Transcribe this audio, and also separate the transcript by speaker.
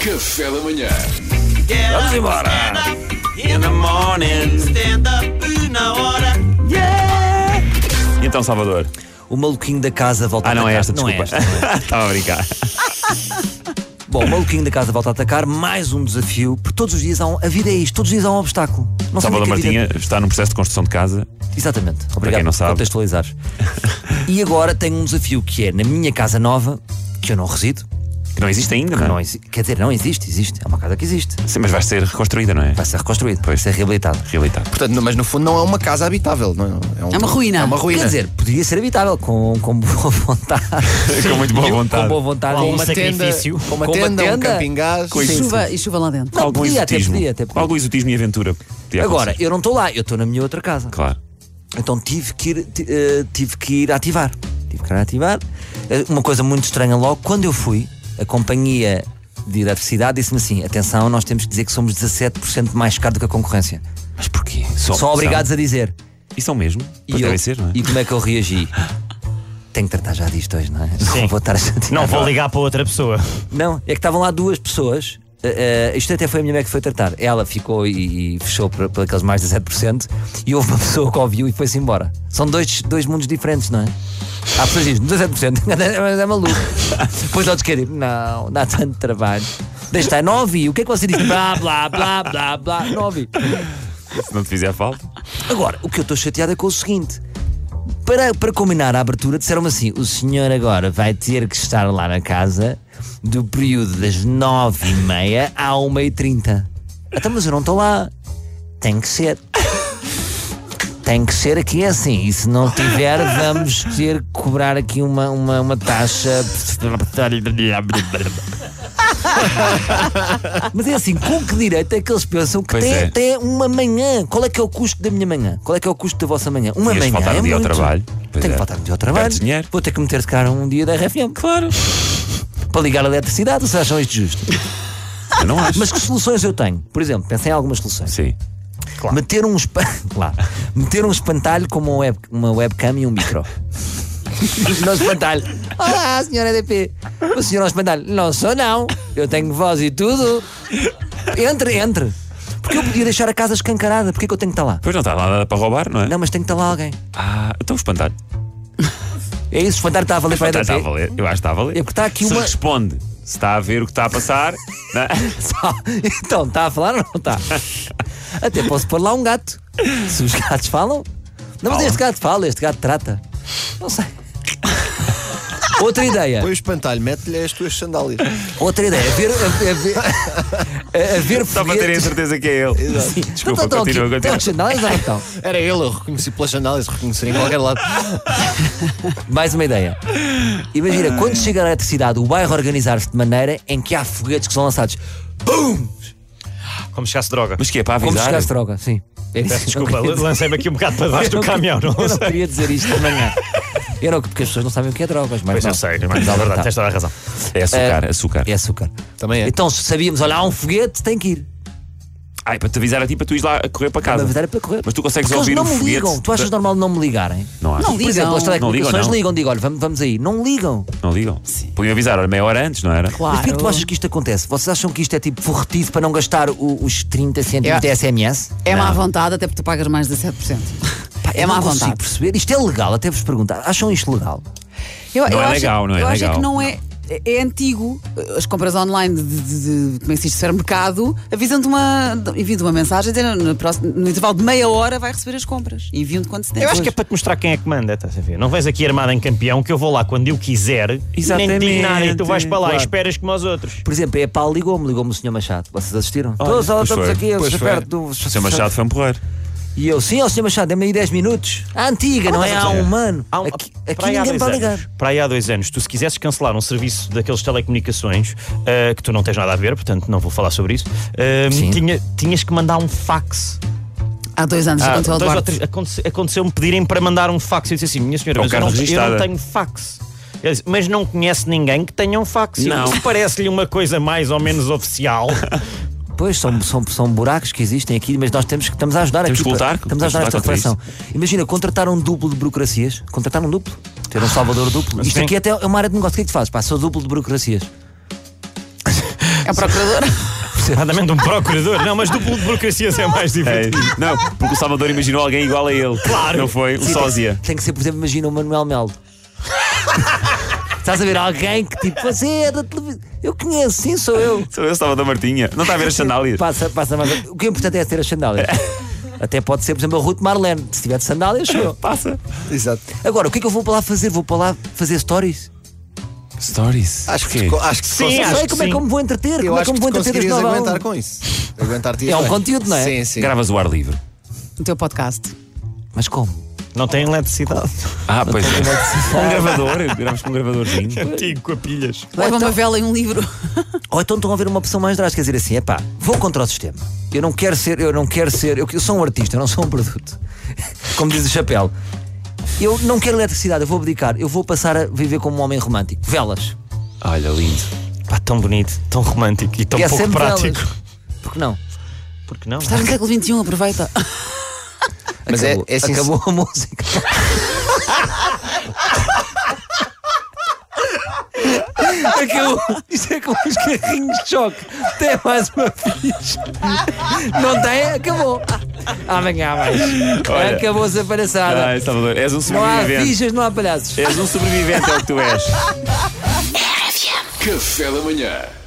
Speaker 1: Café da manhã.
Speaker 2: Get
Speaker 3: Vamos
Speaker 2: up,
Speaker 3: embora.
Speaker 2: Stand up in the morning. Stand up na hora.
Speaker 3: Então, Salvador.
Speaker 4: O maluquinho da casa volta
Speaker 3: Ah,
Speaker 4: a
Speaker 3: não
Speaker 4: atacar.
Speaker 3: é esta, desculpa.
Speaker 4: Não é esta, não é.
Speaker 3: Estava a brincar.
Speaker 4: Bom, o maluquinho da casa volta a atacar, mais um desafio, porque todos os dias há um. A vida é isto, todos os dias há um obstáculo. Não sabia
Speaker 3: Salvador
Speaker 4: que a vida-
Speaker 3: Martinha está num processo de construção de casa.
Speaker 4: Exatamente. Obrigado
Speaker 3: quem não
Speaker 4: por
Speaker 3: sabe.
Speaker 4: contextualizares. e agora tenho um desafio que é na minha casa nova, que eu não resido,
Speaker 3: Que não existe ainda,
Speaker 4: que
Speaker 3: não
Speaker 4: não
Speaker 3: é?
Speaker 4: exi- quer dizer, não existe, existe. É uma casa que existe.
Speaker 3: Sim, mas vai ser reconstruída, não é?
Speaker 4: Vai ser reconstruída, vai
Speaker 3: Pois.
Speaker 4: ser reabilitada.
Speaker 3: Reabilitado.
Speaker 5: Portanto, não- mas no fundo não é uma casa habitável. Não é? um-
Speaker 6: É uma ruína.
Speaker 5: É uma ruína.
Speaker 4: Quer dizer, poderia ser habitável com, com boa vontade.
Speaker 3: Com muito boa
Speaker 4: Com
Speaker 3: vontade. um
Speaker 4: boa vontade.
Speaker 5: com
Speaker 4: e-
Speaker 5: uma tenda, com uma
Speaker 4: Com uma
Speaker 5: tenda, um
Speaker 4: tenda.
Speaker 5: camping gás.
Speaker 3: Com
Speaker 6: E
Speaker 3: isso.
Speaker 6: chuva, e chuva lá dentro.
Speaker 3: Com algum
Speaker 4: podia, até
Speaker 3: exotismo.
Speaker 4: podia, até podia.
Speaker 3: Com algum exotismo e aventura. Podia
Speaker 4: Agora,
Speaker 3: acontecer.
Speaker 4: eu não estou lá, eu estou na minha outra casa.
Speaker 3: Claro.
Speaker 4: Então tive que ir, ti- eh, tive que ir ativar. Tive que ir ativar. Eh, Uma coisa muito estranha logo, quando eu fui, a companhia de eletricidade disse-me assim: atenção, nós temos que dizer que somos 17% mais caro do que a concorrência.
Speaker 3: Mas porquê?
Speaker 4: São obrigados a dizer.
Speaker 3: E são mesmo? Pois
Speaker 4: eu-
Speaker 3: devem ser, não é?
Speaker 4: e como é que eu reagi? Tenho que tratar já disto hoje, não é? Não vou estar a chatear.
Speaker 7: Não vou ligar para outra pessoa.
Speaker 4: Não, é que estavam lá duas pessoas. eh, eh, isto até foi a minha mãe que foi tratar. Ela ficou e, e fechou por, por aqueles mais de 7% e houve uma pessoa que ouviu e foi-se embora. São dois, dois mundos diferentes, não é? Há pessoas que dizem 17%, mas é maluco. Depois outros querem, não, dá tanto trabalho. Deixa estar, não ouvi. O que é que você disse? Blá, blá, blá, blá, blá, não ouvi.
Speaker 3: Se não te fizer falta.
Speaker 4: Agora, o que eu estou chateado é com o seguinte. Para, para combinar a abertura, disseram-me assim: o senhor agora vai ter que estar lá na casa do período das 9h30 à 1h30. Então, mas eu não estou lá. Tem que ser. Tem que ser aqui assim. E se não tiver, vamos ter que cobrar aqui uma, uma, uma taxa. Mas é assim, com que direito é que eles pensam que
Speaker 3: Pois
Speaker 4: tem,
Speaker 3: é.
Speaker 4: tem uma manhã? Qual é que é o custo da minha manhã? Qual é que é o custo da vossa manhã? Uma
Speaker 3: Ias
Speaker 4: manhã.
Speaker 3: faltar
Speaker 4: é
Speaker 3: um dia ao
Speaker 4: muito.
Speaker 3: trabalho. Pois
Speaker 4: Tenho
Speaker 3: é.
Speaker 4: que faltar um dia ao trabalho.
Speaker 3: Perdes dinheiro.
Speaker 4: Vou ter que meter se calhar um dia da RFM. Claro. Para ligar a eletricidade, vocês acham isto justo?
Speaker 3: Eu não acho.
Speaker 4: Mas que soluções eu tenho? Por exemplo, pensei em algumas soluções.
Speaker 3: Sim.
Speaker 4: Meter, um espa- claro. Meter um espantalho como uma, web- uma webcam e um micro. no espantalho. Olá, senhora DP. O senhor é um espantalho. Não sou, não. Eu tenho voz e tudo. Entre, entre. Porque eu podia deixar a casa escancarada. Porquê que eu tenho que estar lá?
Speaker 3: Pois não está lá nada para roubar, não é?
Speaker 4: Não, mas tem que estar lá alguém.
Speaker 3: Ah, então o espantalho.
Speaker 4: É isso, o espantalho está a valer para
Speaker 3: Está,
Speaker 4: a
Speaker 3: está tá, a
Speaker 4: DP.
Speaker 3: valer. Eu acho que está a valer.
Speaker 4: É porque está aqui
Speaker 3: Se
Speaker 4: uma-
Speaker 3: responde, se está a ver o que está a passar. né?
Speaker 4: Então, está a falar ou não está? Até posso pôr lá um gato. Se os gatos falam. Não, mas
Speaker 3: Fala.
Speaker 4: este gato fala, este gato trata. Não sei. Outra ideia.
Speaker 5: Põe o espantalho, mete-lhe as tuas sandálias.
Speaker 4: Outra ideia, é ver, a, a ver, a, a ver
Speaker 3: Só para terem a certeza que é ele.
Speaker 4: Sim.
Speaker 3: Desculpa,
Speaker 4: Então, então,
Speaker 3: continua,
Speaker 4: aqui,
Speaker 3: continua.
Speaker 4: então, sandálias ou não estão?
Speaker 5: Era ele, eu reconheci pelas sandálias, reconheci em qualquer lado.
Speaker 4: Mais uma ideia. Imagina, quando chega a eletricidade, o bairro organizar-se de maneira em que há foguetes que são lançados.
Speaker 7: Como se chegasse droga.
Speaker 3: Mas que é para
Speaker 4: Como se
Speaker 3: avisar?
Speaker 4: chegasse droga, sim. É isso.
Speaker 7: Desculpa, lancei-me aqui um bocado para baixo do caminhão. Não
Speaker 4: Eu não
Speaker 7: sei.
Speaker 4: queria dizer isto de manhã. Eu não, porque as pessoas não sabem o que é drogas, mas.
Speaker 7: Pois
Speaker 4: não.
Speaker 7: eu sei, mas é verdade, tens toda a razão.
Speaker 3: É açúcar,
Speaker 4: tá, É.
Speaker 3: açúcar.
Speaker 4: É açúcar.
Speaker 5: Também é.
Speaker 4: Então, se sabíamos, olha, há um foguete, tem que ir.
Speaker 3: Ai, para te avisar a ti, para tu ir lá a correr para
Speaker 4: Na
Speaker 3: casa.
Speaker 4: verdade é para correr.
Speaker 3: Mas tu consegues
Speaker 4: Porque
Speaker 3: ouvir
Speaker 4: eles
Speaker 3: o
Speaker 4: não me
Speaker 3: foguete
Speaker 4: ligam. Tu achas
Speaker 3: da-
Speaker 4: normal não me ligarem?
Speaker 3: Não acho.
Speaker 6: Não
Speaker 4: Por
Speaker 6: ligam.
Speaker 4: exemplo, as
Speaker 3: Não
Speaker 4: telecomunicações
Speaker 3: ligam, não.
Speaker 4: ligam, digo, olha, vamos, vamos aí. Não ligam.
Speaker 3: Não ligam? Podiam avisar, olha, meia hora antes, não era?
Speaker 4: Mas porquê que tu
Speaker 6: Claro.
Speaker 4: achas que isto acontece? Vocês acham que isto é tipo forretido para não gastar o- os 30 cêntimos
Speaker 6: É.
Speaker 4: de SMS?
Speaker 6: É má vontade, até porque tu pagas mais de 7%.
Speaker 4: Pá,
Speaker 6: É
Speaker 4: eu
Speaker 6: má
Speaker 4: não consigo
Speaker 6: vontade.
Speaker 4: perceber. Isto é legal, até vos perguntar. Acham isto legal?
Speaker 6: Eu,
Speaker 3: Não
Speaker 6: eu
Speaker 3: é
Speaker 6: acho-
Speaker 3: legal, não é
Speaker 6: Eu acho é
Speaker 3: legal.
Speaker 6: que não é. É antigo. As compras online de, de, de como é que se diz, supermercado avisam-te uma, enviam uma mensagem dizendo no, próximo- no intervalo de meia hora vai receber as compras. E enviam-te quando se
Speaker 7: Eu acho que é para te mostrar quem é que manda, estás a ver? Não vens aqui armado em campeão, que eu vou lá quando eu quiser, nem te digo nada, e tu vais para lá
Speaker 3: Claro.
Speaker 7: e esperas como aos outros.
Speaker 4: Por exemplo, a EPAL ligou-me, ligou-me o Sr. Machado. Vocês assistiram? todos
Speaker 3: pois
Speaker 4: estamos
Speaker 3: foi,
Speaker 4: aqui,
Speaker 5: pois
Speaker 4: eu
Speaker 5: foi.
Speaker 4: perto do.
Speaker 3: O seu Machado foi um porreiro.
Speaker 4: E eu, sim, ó Sr. Machado, dê-me aí 10 minutos. A antiga, não é? Há um ano.
Speaker 7: Há um-
Speaker 4: Aqui,
Speaker 7: para
Speaker 4: aqui
Speaker 7: aí há
Speaker 4: ninguém
Speaker 7: dois
Speaker 4: pode
Speaker 7: anos,
Speaker 4: ligar.
Speaker 7: Para aí há dois anos, tu se quisesses cancelar um serviço daqueles telecomunicações, ah, que tu não tens nada a ver, portanto não vou falar sobre isso, ah,
Speaker 4: Sim.
Speaker 7: tinha- tinhas que mandar um fax.
Speaker 6: Há dois anos
Speaker 7: Ah,
Speaker 6: aconteceu ao
Speaker 7: dois ou
Speaker 6: Duarte.
Speaker 7: três- aconte- Aconteceu-me pedirem para mandar um fax. Eu disse assim, minha senhora,
Speaker 3: Ou
Speaker 7: mas eu
Speaker 3: carta
Speaker 7: não, eu
Speaker 3: registada.
Speaker 7: não tenho fax. Ele disse, mas não conhece ninguém que tenha um fax. Eu
Speaker 3: Não.
Speaker 7: disse, Parece-lhe uma coisa mais ou menos oficial.
Speaker 4: Pois, são, são, são buracos que existem aqui, mas nós temos que estamos a ajudar
Speaker 3: Temos
Speaker 4: aqui.
Speaker 3: que
Speaker 4: para-
Speaker 3: lutar,
Speaker 4: estamos a ajudar
Speaker 3: temos que
Speaker 4: esta
Speaker 3: lutar
Speaker 4: reflexão. Imagina, contratar um duplo de burocracias. Contratar um duplo. Ter um salvador duplo. Isto
Speaker 7: sim.
Speaker 4: aqui até é uma área de negócio. O que é que tu fazes? Pá, sou duplo de burocracias.
Speaker 6: É o procurador.
Speaker 7: Nada menos um procurador. Não, mas duplo de burocracias é mais
Speaker 3: É,
Speaker 7: divertido.
Speaker 3: não, porque o Salvador imaginou alguém igual a ele. Claro. Não foi? O
Speaker 4: Sim,
Speaker 3: sósia.
Speaker 4: Tem, tem que ser, por exemplo, imagina o Manuel Melo. Estás a ver alguém que tipo, você é da televisão. Eu conheço, sim, sou eu.
Speaker 3: Sou eu, Salvador Martinha. Não está a ver as sandálias?
Speaker 4: Passa, passa mais. O que é importante é ter as sandálias. Até pode ser, por exemplo, a Ruth Marlene. Se tiver de sandálias, sou eu.
Speaker 3: Passa.
Speaker 5: Exato.
Speaker 4: Agora, o que é que eu vou para lá fazer? Vou para lá fazer stories?
Speaker 3: Stories.
Speaker 5: Acho que, acho que
Speaker 7: Sim,
Speaker 5: se
Speaker 4: não
Speaker 7: acho
Speaker 4: sei
Speaker 7: que
Speaker 4: como é
Speaker 7: sim.
Speaker 4: que eu me vou entreter.
Speaker 5: Eu
Speaker 4: como é que
Speaker 5: acho
Speaker 4: eu
Speaker 5: que tu
Speaker 4: me vou entreter desde
Speaker 5: conseguirias
Speaker 4: nova
Speaker 5: aguentar
Speaker 4: aula?
Speaker 5: com isso. Aguentar-te
Speaker 4: É um
Speaker 5: bem.
Speaker 4: conteúdo, não é?
Speaker 5: Sim, sim.
Speaker 3: Gravas o ar livre.
Speaker 6: O teu podcast.
Speaker 4: Mas como?
Speaker 7: Não tem eletricidade.
Speaker 3: Ah, pois é. Com um gravador. Gravas com um gravadorzinho.
Speaker 7: É Antigo, com a pilhas.
Speaker 6: Leva uma vela e um livro.
Speaker 4: Ou então estão a ver uma opção mais drástica, dizer assim, epá, vou contra o sistema. Eu não quero ser, eu não quero ser, eu, eu sou um artista, eu não sou um produto. Como diz o chapéu. Eu não quero eletricidade, eu vou abdicar, eu vou passar a viver como um homem romântico. Velas.
Speaker 3: Olha, lindo.
Speaker 7: Pá, tão bonito, tão romântico e tão
Speaker 4: E é
Speaker 7: pouco
Speaker 4: sempre
Speaker 7: prático.
Speaker 4: velas. Porque não?
Speaker 7: Porque não?
Speaker 6: Estás no século XXI, aproveita.
Speaker 5: Mas é,
Speaker 4: acabou,
Speaker 5: é sincer-
Speaker 4: acabou a música. Acabou. Isto é como os carrinhos de choque. Tem mais uma ficha. Não tem? Acabou. Amanhã mais.
Speaker 3: Olha.
Speaker 4: Acabou-se a palhaçada.
Speaker 3: Ai, Salvador, és um
Speaker 4: não há
Speaker 3: sobrevivente.
Speaker 4: fichas, não há palhaços.
Speaker 3: És um sobrevivente, é o que tu és.
Speaker 1: Café da manhã.